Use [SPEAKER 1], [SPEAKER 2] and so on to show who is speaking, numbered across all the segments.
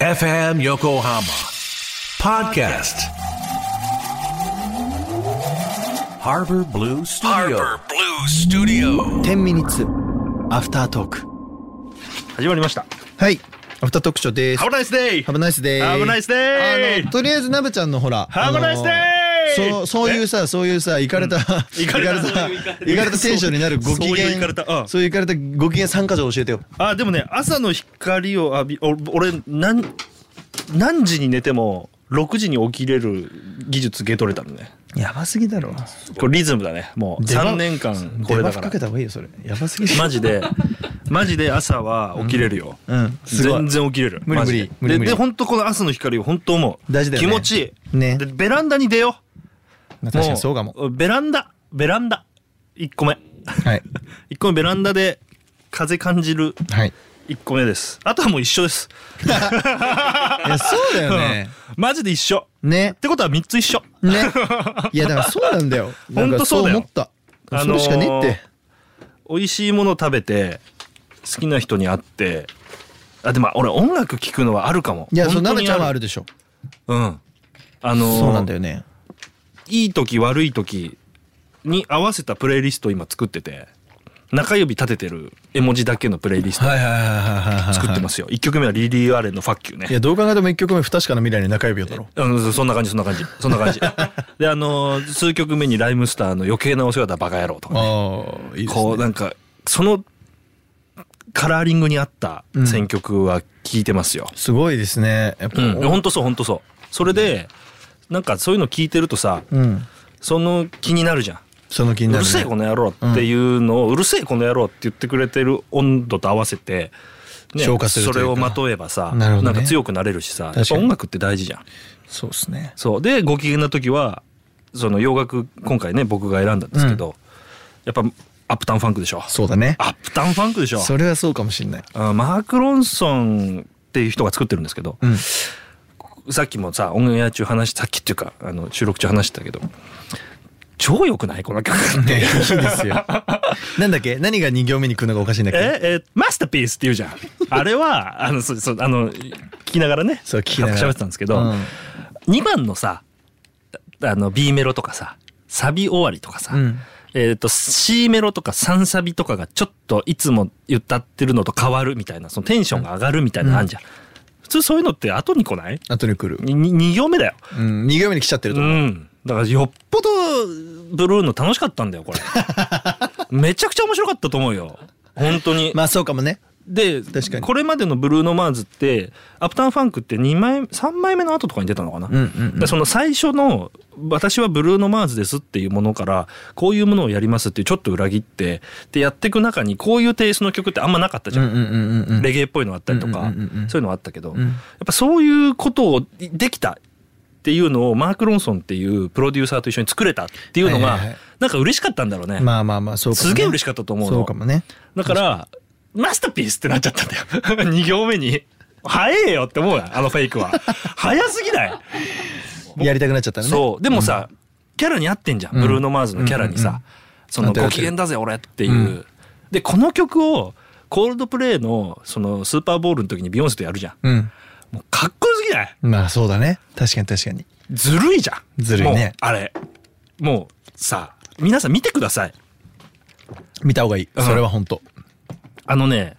[SPEAKER 1] FM Yokohama Podcast Harbor Blue Studio
[SPEAKER 2] Harbor Blue Studio.
[SPEAKER 3] 10ミニッツアフタートーク
[SPEAKER 4] 始まりました。
[SPEAKER 3] はいアフタートークショーです
[SPEAKER 4] ハブナイスデイ
[SPEAKER 3] ハブナイスデー
[SPEAKER 4] ハブナイスデイ
[SPEAKER 3] あのとりあえずなべちゃんのほら
[SPEAKER 4] ハブナイスデ
[SPEAKER 3] あ
[SPEAKER 4] イ
[SPEAKER 3] のそうそういうさそういうさいかれたいかれ
[SPEAKER 4] かれ
[SPEAKER 3] た
[SPEAKER 4] た そういうイカれた
[SPEAKER 3] いかれたテンションになるご機
[SPEAKER 4] そう
[SPEAKER 3] 嫌
[SPEAKER 4] いうイカれたうん
[SPEAKER 3] そういういかれたご機嫌参加条教えてよ
[SPEAKER 4] あ、でもね、朝の光を浴び、お俺、何、何時に寝ても、6時に起きれる技術ゲトれたのね。
[SPEAKER 3] やばすぎだろ
[SPEAKER 4] これリズムだね。もう
[SPEAKER 3] 出番
[SPEAKER 4] 3年間これだ
[SPEAKER 3] 出
[SPEAKER 4] か
[SPEAKER 3] 番かけ
[SPEAKER 4] ら。
[SPEAKER 3] た方がいいよそれやばすぎる
[SPEAKER 4] マジで、マジで朝は起きれるよ。
[SPEAKER 3] うんすごい
[SPEAKER 4] 全然起きれる。
[SPEAKER 3] 無理
[SPEAKER 4] マジで
[SPEAKER 3] 無理無理無理
[SPEAKER 4] で、で、本当この朝の光を本当思う。
[SPEAKER 3] 大事だよね
[SPEAKER 4] 気持ちいい。
[SPEAKER 3] ね
[SPEAKER 4] でベランダに出よ
[SPEAKER 3] まあ
[SPEAKER 4] う。
[SPEAKER 3] 確かにそうか も。
[SPEAKER 4] ベランダ、ベランダ。1個目。
[SPEAKER 3] はい
[SPEAKER 4] 1個目ベランダで風感じる
[SPEAKER 3] はい
[SPEAKER 4] 1個目ですあとはもう一緒です
[SPEAKER 3] いやそうだよ ね
[SPEAKER 4] マジで一緒
[SPEAKER 3] ね
[SPEAKER 4] ってことは3つ一緒
[SPEAKER 3] ねいやだからそうなんだよ
[SPEAKER 4] ほんとそうだよ
[SPEAKER 3] なんかそう思った
[SPEAKER 4] あ
[SPEAKER 3] そ
[SPEAKER 4] のー
[SPEAKER 3] れしかねえって
[SPEAKER 4] 美味しいもの食べて好きな人に会ってあでも俺音楽聴くのはあるかも
[SPEAKER 3] いや、そう、
[SPEAKER 4] 本当
[SPEAKER 3] な
[SPEAKER 4] に
[SPEAKER 3] べちゃんはあるでしょ。
[SPEAKER 4] うんあのー
[SPEAKER 3] そうなんだよね。
[SPEAKER 4] いい時悪い時に合わせたプレイリストを今作ってて中指立ててる絵文字だけのプレイリスト
[SPEAKER 3] はいはいはいは。
[SPEAKER 4] 作ってますすよ、一1曲目はリリー・アレンの「ファッキューね
[SPEAKER 3] いや、どう考えても一曲目不確かな未来に中指をだろ。
[SPEAKER 4] あのそそんな感じそんな感じそんな感じであのー数曲目にライムスターの余計なお世話だバカ野郎とか、ね、
[SPEAKER 3] ああ、いいです
[SPEAKER 4] こう
[SPEAKER 3] ね。
[SPEAKER 4] なんかそのカラーリングに合った選曲は聴いてますよ、
[SPEAKER 3] すごいですね。やっぱ。
[SPEAKER 4] うんほんとそうほんとそうそれでなんかそういうの聴いてるとさ
[SPEAKER 3] うん。
[SPEAKER 4] その気になるじゃん
[SPEAKER 3] その気
[SPEAKER 4] う
[SPEAKER 3] になる
[SPEAKER 4] る
[SPEAKER 3] ね。
[SPEAKER 4] せえこの野郎っていうのを、うるせえこの野郎って言ってくれてる温度と合わせて、
[SPEAKER 3] 消化するといか
[SPEAKER 4] そうれをまとえばさ
[SPEAKER 3] なるほどね
[SPEAKER 4] んか強くなれるしさ
[SPEAKER 3] 確か
[SPEAKER 4] やっ
[SPEAKER 3] に
[SPEAKER 4] ぱ音楽って大事じゃん
[SPEAKER 3] そうですね。
[SPEAKER 4] そうでご機嫌な時はその洋楽今回ね僕が選んだんですけど、やっぱアップタウンファンクでしょ
[SPEAKER 3] そうだね。
[SPEAKER 4] アップタウンファンクでしょ
[SPEAKER 3] それはそうかもしれない。
[SPEAKER 4] あマーク・ロンソンっていう人が作ってるんですけど、
[SPEAKER 3] うん。
[SPEAKER 4] さっきもさオンエア中話したさっきっていうかあの収録中話したけど超良くないこの曲っ
[SPEAKER 3] ね、い
[SPEAKER 4] て
[SPEAKER 3] いです よ。なんだっけ何が二行目に来るのがおかしいんだっけ
[SPEAKER 4] ええマスターピースっていうじゃんあれはあのそうそうあの聞きながらね
[SPEAKER 3] そう聞きながら
[SPEAKER 4] 喋ってたんですけど、
[SPEAKER 3] うん
[SPEAKER 4] 2番のさあの B メロとかさサビ終わりとかさ、
[SPEAKER 3] うん
[SPEAKER 4] えー、と C メロとか3サビとかがちょっといつも歌ってるのと変わるみたいなそのテンションが上がるみたいなのあんじゃん、普通そういうのって後に来ない
[SPEAKER 3] 後に来る。
[SPEAKER 4] 2行目だよ、
[SPEAKER 3] うん。二行目に来ちゃってる
[SPEAKER 4] う
[SPEAKER 3] と。
[SPEAKER 4] ん、だからよっぽどブルーの楽しかったんだよ これめちゃくちゃ面白かったと思うよ本当に
[SPEAKER 3] まあそうかもね。
[SPEAKER 4] で
[SPEAKER 3] 確かに
[SPEAKER 4] これまでのブルーノ・マーズってアプターンファンクって2枚3枚目の後とかに出たのかな、
[SPEAKER 3] うんうん
[SPEAKER 4] でその最初の「私はブルーノ・マーズです」っていうものからこういうものをやりますっていうちょっと裏切ってでやっていく中にこういうテイストの曲ってあんまなかったじ
[SPEAKER 3] う
[SPEAKER 4] ゃ
[SPEAKER 3] ん
[SPEAKER 4] ん、
[SPEAKER 3] うんうんうんうん。
[SPEAKER 4] レゲエっぽいのあったりとか、
[SPEAKER 3] うんうんうんうん
[SPEAKER 4] そういうのはあったけど、
[SPEAKER 3] ん
[SPEAKER 4] やっぱそういうことをできたっていうのをマーク・ロンソンっていうプロデューサーと一緒に作れたっていうのが、
[SPEAKER 3] はいはいはい
[SPEAKER 4] なんか嬉しかったんだろうね、
[SPEAKER 3] まあまあまあ、そうかもね。
[SPEAKER 4] すげえ嬉しかったと思うの
[SPEAKER 3] そうかもね。
[SPEAKER 4] だから、マスターピースってなっちゃったんだよ。2行 目に。早えよって思うな、あのフェイクは。早すぎない
[SPEAKER 3] やりたくなっちゃったらね。
[SPEAKER 4] そう。でもさ、キャラに合ってんじゃん。
[SPEAKER 3] ん
[SPEAKER 4] ブルーノ・マーズのキャラにさ、
[SPEAKER 3] うんうんうん
[SPEAKER 4] その
[SPEAKER 3] 合ってる
[SPEAKER 4] ご機嫌だぜ俺っていう。で、この曲を、コールドプレイの、その、スーパーボールの時にビヨンセとやるじゃん。
[SPEAKER 3] うん。
[SPEAKER 4] もうかっこよすぎない
[SPEAKER 3] まあそうだね。確かに確かに。
[SPEAKER 4] ずるいじゃん。
[SPEAKER 3] ずるいね
[SPEAKER 4] もうあれ。もう、さ、皆さん見てください。
[SPEAKER 3] 見た方がいい。それは本当。
[SPEAKER 4] あのね、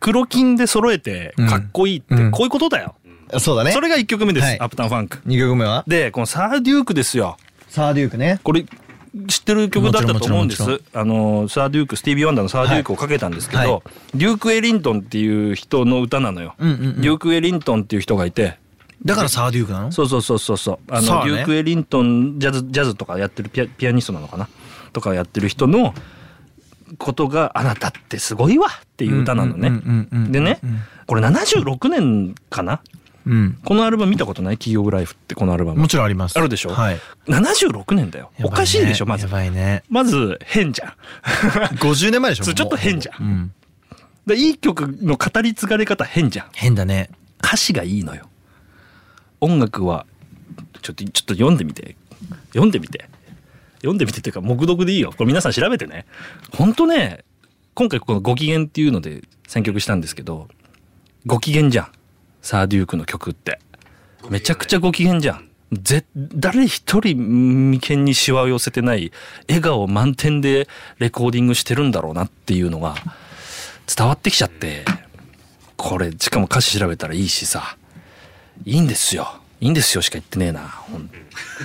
[SPEAKER 4] 黒金で揃えてかっこいいって、
[SPEAKER 3] うん
[SPEAKER 4] こういうことだよ。
[SPEAKER 3] そうだね。
[SPEAKER 4] それが1曲目です、
[SPEAKER 3] はい
[SPEAKER 4] アップタウンファンク。
[SPEAKER 3] 2曲目は
[SPEAKER 4] で、このサー・デュークですよ。
[SPEAKER 3] サーデュークね。
[SPEAKER 4] これ、知ってる曲だったと思うんです
[SPEAKER 3] もちろんも。
[SPEAKER 4] あの、サー・デューク、スティービー・ワンダーのサー・デュークをかけたんですけど、
[SPEAKER 3] はいはい
[SPEAKER 4] デューク・エリントンっていう人の歌なのよ。
[SPEAKER 3] うんうんうん
[SPEAKER 4] デューク・エリントンっていう人がいて、
[SPEAKER 3] だからサーデュークなの
[SPEAKER 4] そうそうそうそうそう。あ
[SPEAKER 3] そ
[SPEAKER 4] の、
[SPEAKER 3] うね
[SPEAKER 4] デューク・エリントンジャズ、ジャズとかやってるピアピアニストなのかなとかやってる人のことが「あなたってすごいわ」っていう歌なのね。でねこれ76年かな
[SPEAKER 3] うん。
[SPEAKER 4] このアルバム見たことない「企業オブライフ」ってこのアルバム
[SPEAKER 3] もちろんあります。
[SPEAKER 4] あるでしょ
[SPEAKER 3] はい。
[SPEAKER 4] 76年だよおかしいでしょ
[SPEAKER 3] やば
[SPEAKER 4] ま
[SPEAKER 3] ね
[SPEAKER 4] ず
[SPEAKER 3] やばいね。
[SPEAKER 4] まず 変じゃん
[SPEAKER 3] 50年前でしょ
[SPEAKER 4] そうちょっと変じゃん
[SPEAKER 3] ん。うん。
[SPEAKER 4] でいい曲の語り継がれ方変じゃん
[SPEAKER 3] 変だね。
[SPEAKER 4] 歌詞がいいのよ音楽はちょっとちょっと読んでみて読んでみて読んでみてっていうか目読でいいよこれ皆さん調べてねほんとね今回この「ご機嫌」っていうので選曲したんですけどご機嫌じゃんサーデュークの曲ってめちゃくちゃご機嫌じゃんぜ誰一人眉間にしわを寄せてない笑顔満点でレコーディングしてるんだろうなっていうのが伝わってきちゃってこれしかも歌詞調べたらいいしさいいんですよいいんですよしか言ってねえな本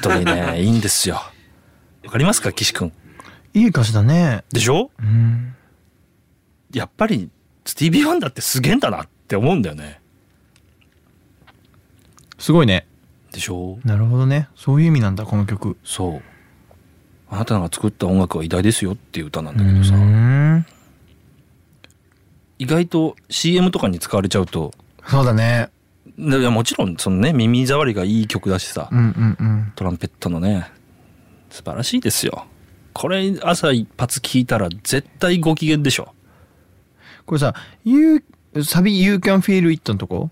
[SPEAKER 4] 当にねいいんですよわかりますか岸君
[SPEAKER 3] いい歌詞だね。
[SPEAKER 4] でしょ
[SPEAKER 3] うん。
[SPEAKER 4] やっぱりスティービー・ワンダーってすげえんだなって思うんだよね
[SPEAKER 3] すごいね。
[SPEAKER 4] でしょ
[SPEAKER 3] なるほどね。そういう意味なんだ、この曲。
[SPEAKER 4] そうあなたが作った音楽は偉大ですよっていう歌なんだ
[SPEAKER 3] う
[SPEAKER 4] けどさ
[SPEAKER 3] ん。
[SPEAKER 4] 意外と CM とかに使われちゃうと
[SPEAKER 3] そうだね。
[SPEAKER 4] いやもちろんそのね耳障りがいい曲だしさ
[SPEAKER 3] うんうんうん。
[SPEAKER 4] トランペットのね素晴らしいですよこれ朝一発聞いたら絶対ご機嫌でしょ
[SPEAKER 3] これさ、you, サビ You can feel it のとこ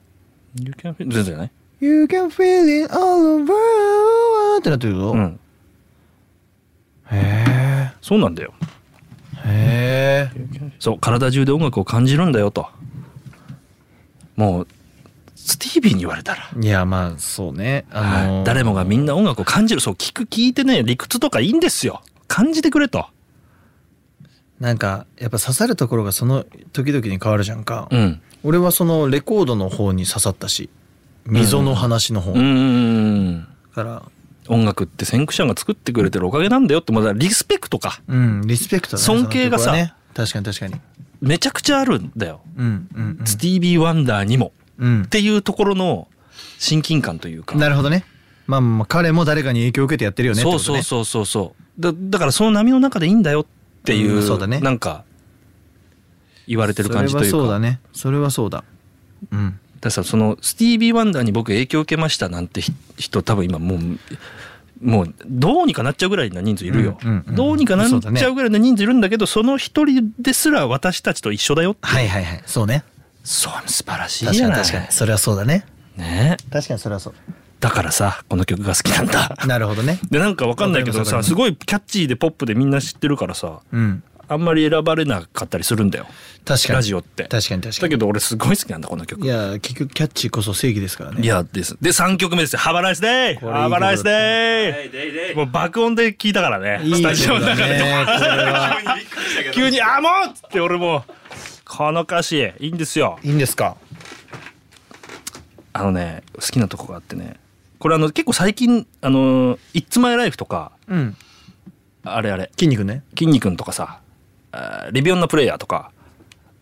[SPEAKER 4] You can feel 全然ない
[SPEAKER 3] You can feel it all over ってなってるぞ。
[SPEAKER 4] うん
[SPEAKER 3] へ
[SPEAKER 4] そうなんだよ
[SPEAKER 3] え。へえ。
[SPEAKER 4] そう体中で音楽を感じるんだよともうスティービーに言われたら、
[SPEAKER 3] いや、まあ、そうね。あの
[SPEAKER 4] はい誰もがみんな音楽を感じるそう聞く聞いてね理屈とかいいんですよ感じてくれと
[SPEAKER 3] なんか、やっぱ刺さるところがその時々に変わるじゃんか。
[SPEAKER 4] うん
[SPEAKER 3] 俺はそのレコードの方に刺さったし、溝の話の方。
[SPEAKER 4] うーん
[SPEAKER 3] から、
[SPEAKER 4] 音楽って先駆者が作ってくれてるおかげなんだよってまだリスペクトか
[SPEAKER 3] うん、リスペクトだね。
[SPEAKER 4] 尊敬がさ
[SPEAKER 3] その曲はね、確かに確かに。
[SPEAKER 4] めちゃくちゃあるんだよ、
[SPEAKER 3] うんうんうん
[SPEAKER 4] スティービー・ワンダーにも
[SPEAKER 3] うん
[SPEAKER 4] っ。ていうところの親近感というか
[SPEAKER 3] なるほどね。まあまあまあ、彼も誰かに影響を受けてやってるよねってこ
[SPEAKER 4] そ
[SPEAKER 3] と
[SPEAKER 4] う
[SPEAKER 3] ね。
[SPEAKER 4] そうそうそうそうだだからその波の中でいいんだよっていう,、
[SPEAKER 3] うんそうだね
[SPEAKER 4] なんか言われてる感じというか
[SPEAKER 3] それはそうだね。それはそうだ。うん。
[SPEAKER 4] だからさそのスティービー・ワンダーに僕影響を受けましたなんてひ人多分今もうもうどうにかなっちゃうぐらいな人数いるよ、
[SPEAKER 3] うんうんうん
[SPEAKER 4] どうにかなっちゃうぐらいな人数いるんだけどその一人ですら私たちと一緒だよ
[SPEAKER 3] はいはいはい。そうね。
[SPEAKER 4] そう素晴らしい
[SPEAKER 3] 確
[SPEAKER 4] じ
[SPEAKER 3] か
[SPEAKER 4] ゃ
[SPEAKER 3] に
[SPEAKER 4] ない
[SPEAKER 3] 確かに。それはそうだね。
[SPEAKER 4] ね
[SPEAKER 3] 確かにそれはそう。
[SPEAKER 4] だからさこの曲が好きなんだ
[SPEAKER 3] なるほどね。
[SPEAKER 4] でなんかわかんないけど
[SPEAKER 3] わかり
[SPEAKER 4] さ
[SPEAKER 3] ます
[SPEAKER 4] すごいキャッチーでポップでみんな知ってるからさ
[SPEAKER 3] うん。
[SPEAKER 4] あんまり選ばれなかったりするんだよ
[SPEAKER 3] 確かに。
[SPEAKER 4] ラジオって
[SPEAKER 3] 確かに確か
[SPEAKER 4] だ
[SPEAKER 3] に。
[SPEAKER 4] けど俺すごい好きなんだこの曲
[SPEAKER 3] いや、結局キャッチこそ正義ですからね。
[SPEAKER 4] いやですで3曲目ですよ「ハバライスデイ」「
[SPEAKER 3] これいい
[SPEAKER 4] ハバライス
[SPEAKER 3] 曲だ
[SPEAKER 4] デイ」もう爆音で聞いたからね
[SPEAKER 3] い
[SPEAKER 4] ス
[SPEAKER 3] い
[SPEAKER 4] タジオ
[SPEAKER 3] 曲
[SPEAKER 4] の
[SPEAKER 3] だ
[SPEAKER 4] 中で
[SPEAKER 3] ね。これは。
[SPEAKER 4] 急に「あもう!」っつって俺もこの歌詞いいんですよ
[SPEAKER 3] いいんですか
[SPEAKER 4] あのね好きなとこがあってねこれあの結構最近「あの It's My Life」とか
[SPEAKER 3] うん。
[SPEAKER 4] あれあれ
[SPEAKER 3] 筋肉ね。
[SPEAKER 4] 筋肉んとかさあーレビオンなプレイヤーとか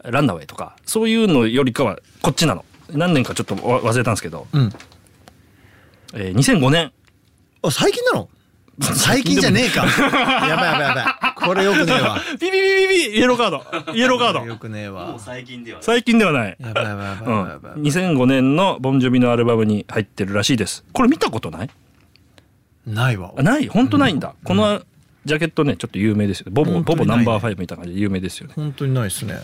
[SPEAKER 4] ランナウェイとかそういうのよりかはこっちなの何年かちょっとわ忘れたんですけど、
[SPEAKER 3] うん。
[SPEAKER 4] えー2005年
[SPEAKER 3] あ、最近なの最近じゃね えか。やばいやばいやばい。これよくねえわ。
[SPEAKER 4] ビビビビビイエローカードイエローカ
[SPEAKER 3] これ
[SPEAKER 4] ー
[SPEAKER 3] よ
[SPEAKER 4] ド
[SPEAKER 3] くねえわ。
[SPEAKER 4] 最近ではない
[SPEAKER 3] やばいやばいやばい
[SPEAKER 4] うん
[SPEAKER 3] やばいやばい。
[SPEAKER 4] 2005年のボンジョビのアルバムに入ってるらしいですこれ見たことない
[SPEAKER 3] ないわ。
[SPEAKER 4] あない本当ないんだ、このジャケットねちょっと有名ですよボボ
[SPEAKER 3] 本当
[SPEAKER 4] ボ
[SPEAKER 3] に
[SPEAKER 4] ボ
[SPEAKER 3] ないね
[SPEAKER 4] ナンバーファイブみたいな感じで有名ですよね
[SPEAKER 3] 本当にないですね。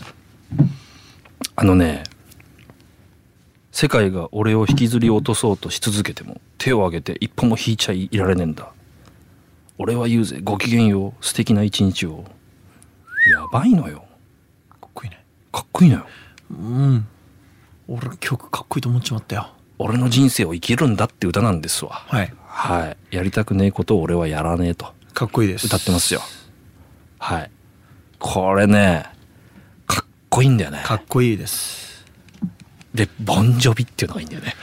[SPEAKER 4] あのね世界が俺を引きずり落とそうとし続けても手を挙げて一歩も引いちゃいられねえんだ俺は言うぜごきげんよう素敵な一日をやばいのよ
[SPEAKER 3] かっこいいね。
[SPEAKER 4] かっこいいのよ
[SPEAKER 3] うん。俺曲かっこいいと思っちまったよ。
[SPEAKER 4] 俺の人生を生きるんだって歌なんですわ
[SPEAKER 3] はい。
[SPEAKER 4] はいやりたくねえことを俺はやらねえと
[SPEAKER 3] かっこいいです。
[SPEAKER 4] 歌ってますよはいこれねかっこいいんだよね
[SPEAKER 3] かっこいいです。
[SPEAKER 4] でボンジョビっていうのがいいんだよね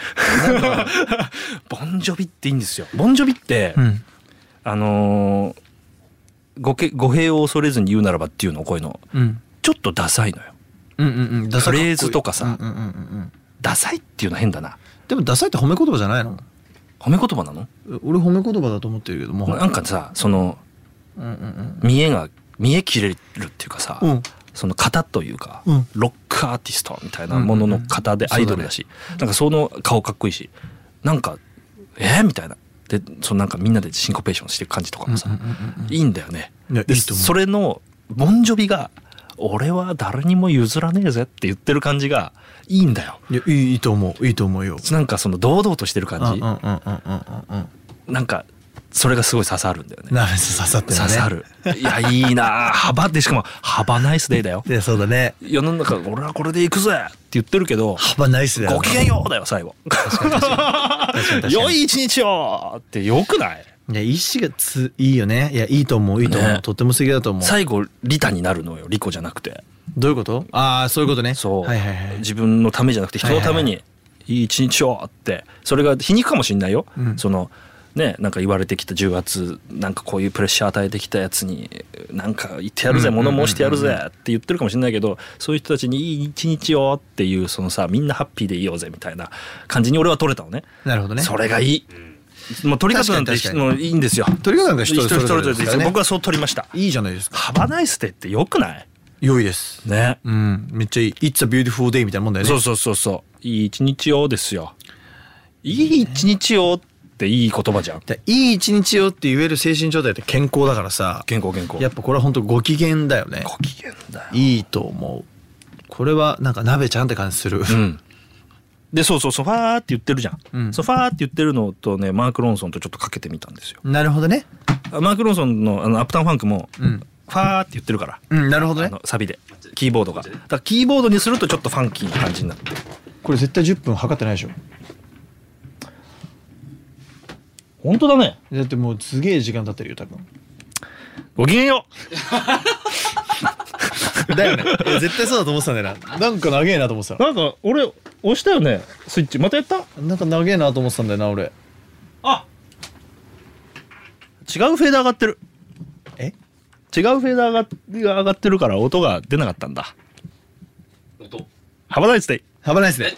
[SPEAKER 4] ボンジョビっていいんですよボンジョビって、
[SPEAKER 3] ん。
[SPEAKER 4] あのー語け語弊を恐れずに言うならばっていうのこういうの
[SPEAKER 3] うん。
[SPEAKER 4] ちょっとダサいのよ
[SPEAKER 3] うんうんうん。ダサい
[SPEAKER 4] フレーズとかさ
[SPEAKER 3] うんうんうんうん。
[SPEAKER 4] ダサいっていうの変だな
[SPEAKER 3] でもダサいって褒め言葉じゃないの
[SPEAKER 4] 褒め言葉なの
[SPEAKER 3] 俺褒め言葉だと思ってるけどもはや。
[SPEAKER 4] なんかさその
[SPEAKER 3] うんうんうん。
[SPEAKER 4] 見えが見え切れるっていうかさ、
[SPEAKER 3] うん
[SPEAKER 4] その型というか、
[SPEAKER 3] うん
[SPEAKER 4] ロックアーティストみたいなものの型でアイドルだし、なんかその顔かっこいいしなんかえー、みたいなでそのなんかみんなでシンコペーションしてる感じとかもさ、いいんだよね。
[SPEAKER 3] いや
[SPEAKER 4] で
[SPEAKER 3] いいと思う
[SPEAKER 4] それのボンジョビが「俺は誰にも譲らねえぜ」って言ってる感じがいいんだよ。
[SPEAKER 3] いやいいいいと思ういいと思うよ
[SPEAKER 4] なんかその堂々としてる
[SPEAKER 3] うんうん
[SPEAKER 4] 感
[SPEAKER 3] うん
[SPEAKER 4] じ、
[SPEAKER 3] うんうんうんうん
[SPEAKER 4] なんかそれがすごい刺さるんだよね。
[SPEAKER 3] なめさ刺さってるね
[SPEAKER 4] 刺さる。いや、いいなあ幅で、しかも、幅ナイスデイだよ。
[SPEAKER 3] でそうだね
[SPEAKER 4] 世の中、俺はこれで行くぜって言ってるけど、
[SPEAKER 3] 幅ないっすね
[SPEAKER 4] ごきげんようだよ、最後。 良い一日をってよくない
[SPEAKER 3] いや意志がついいよねいやいいと思ういいと思う、
[SPEAKER 4] ね
[SPEAKER 3] とっても素敵だと思う
[SPEAKER 4] 最後、リタになるのよ、リコじゃなくて。
[SPEAKER 3] どういうことああそういうことね
[SPEAKER 4] そう、
[SPEAKER 3] はいはいはい
[SPEAKER 4] 自分のためじゃなくて人のため
[SPEAKER 3] は
[SPEAKER 4] にいい一日をってそれが皮肉かもしんないよ、
[SPEAKER 3] うん
[SPEAKER 4] そのねなんか言われてきた重圧なんかこういうプレッシャー与えてきたやつになんか言ってやるぜ
[SPEAKER 3] うんうんうんう
[SPEAKER 4] 物
[SPEAKER 3] ん
[SPEAKER 4] 申してやるぜって言ってるかもしんないけどそういう人たちにいい一日をっていうそのさみんなハッピーでいようぜみたいな感じに俺は取れたのね
[SPEAKER 3] なるほどね
[SPEAKER 4] それがいい、もう取り方なんて
[SPEAKER 3] 確かに確か
[SPEAKER 4] もういいんですよ
[SPEAKER 3] 取り方なんて人
[SPEAKER 4] 一人
[SPEAKER 3] それぞれ
[SPEAKER 4] 一人
[SPEAKER 3] ですからね
[SPEAKER 4] 僕はそう取りました
[SPEAKER 3] いいじゃないですか
[SPEAKER 4] 幅ないステってよくない
[SPEAKER 3] 良いです
[SPEAKER 4] ね
[SPEAKER 3] うんめっちゃいい「It's a beautiful day」みたいなもんだよね
[SPEAKER 4] そうそうそうそう。いい一日をですよ。いい一日をっていい言葉じゃん。
[SPEAKER 3] だからいい一日よって言える精神状態って健康だからさ
[SPEAKER 4] 健康健康。
[SPEAKER 3] やっぱこれは本当ご機嫌だよね
[SPEAKER 4] ご機嫌だよ。
[SPEAKER 3] いいと思うこれはなんか鍋ちゃんって感じする、
[SPEAKER 4] うん。でそうそうソファーって言ってるじゃん、
[SPEAKER 3] うん
[SPEAKER 4] ソファーって言ってるのとねマーク・ロンソンとちょっとかけてみたんですよ
[SPEAKER 3] なるほどね
[SPEAKER 4] マーク・ロンソンのあのアップタウン・ファンクも、
[SPEAKER 3] うん
[SPEAKER 4] ファーって言ってるから
[SPEAKER 3] うんなるほど
[SPEAKER 4] あ
[SPEAKER 3] ね
[SPEAKER 4] のサビでキーボードがだからキーボードにするとちょっとファンキーな感じになって
[SPEAKER 3] これ絶対10分測ってないでしょ
[SPEAKER 4] 本当だね
[SPEAKER 3] だってもうすげえ時間経ってるよ多分
[SPEAKER 4] ごきげんよ
[SPEAKER 3] だよねいや絶対そうだと思ってたんだよななんか長えなと思って
[SPEAKER 4] うなんか俺押したよねスイッチまたやった
[SPEAKER 3] たなんか長えなと思ってたんだよな俺
[SPEAKER 4] あ違うフェーダー上がってる
[SPEAKER 3] え
[SPEAKER 4] 違うフェーダーがが上がってるから音が出なかったんだ
[SPEAKER 5] 音
[SPEAKER 4] 幅大地で
[SPEAKER 3] 幅ないっすね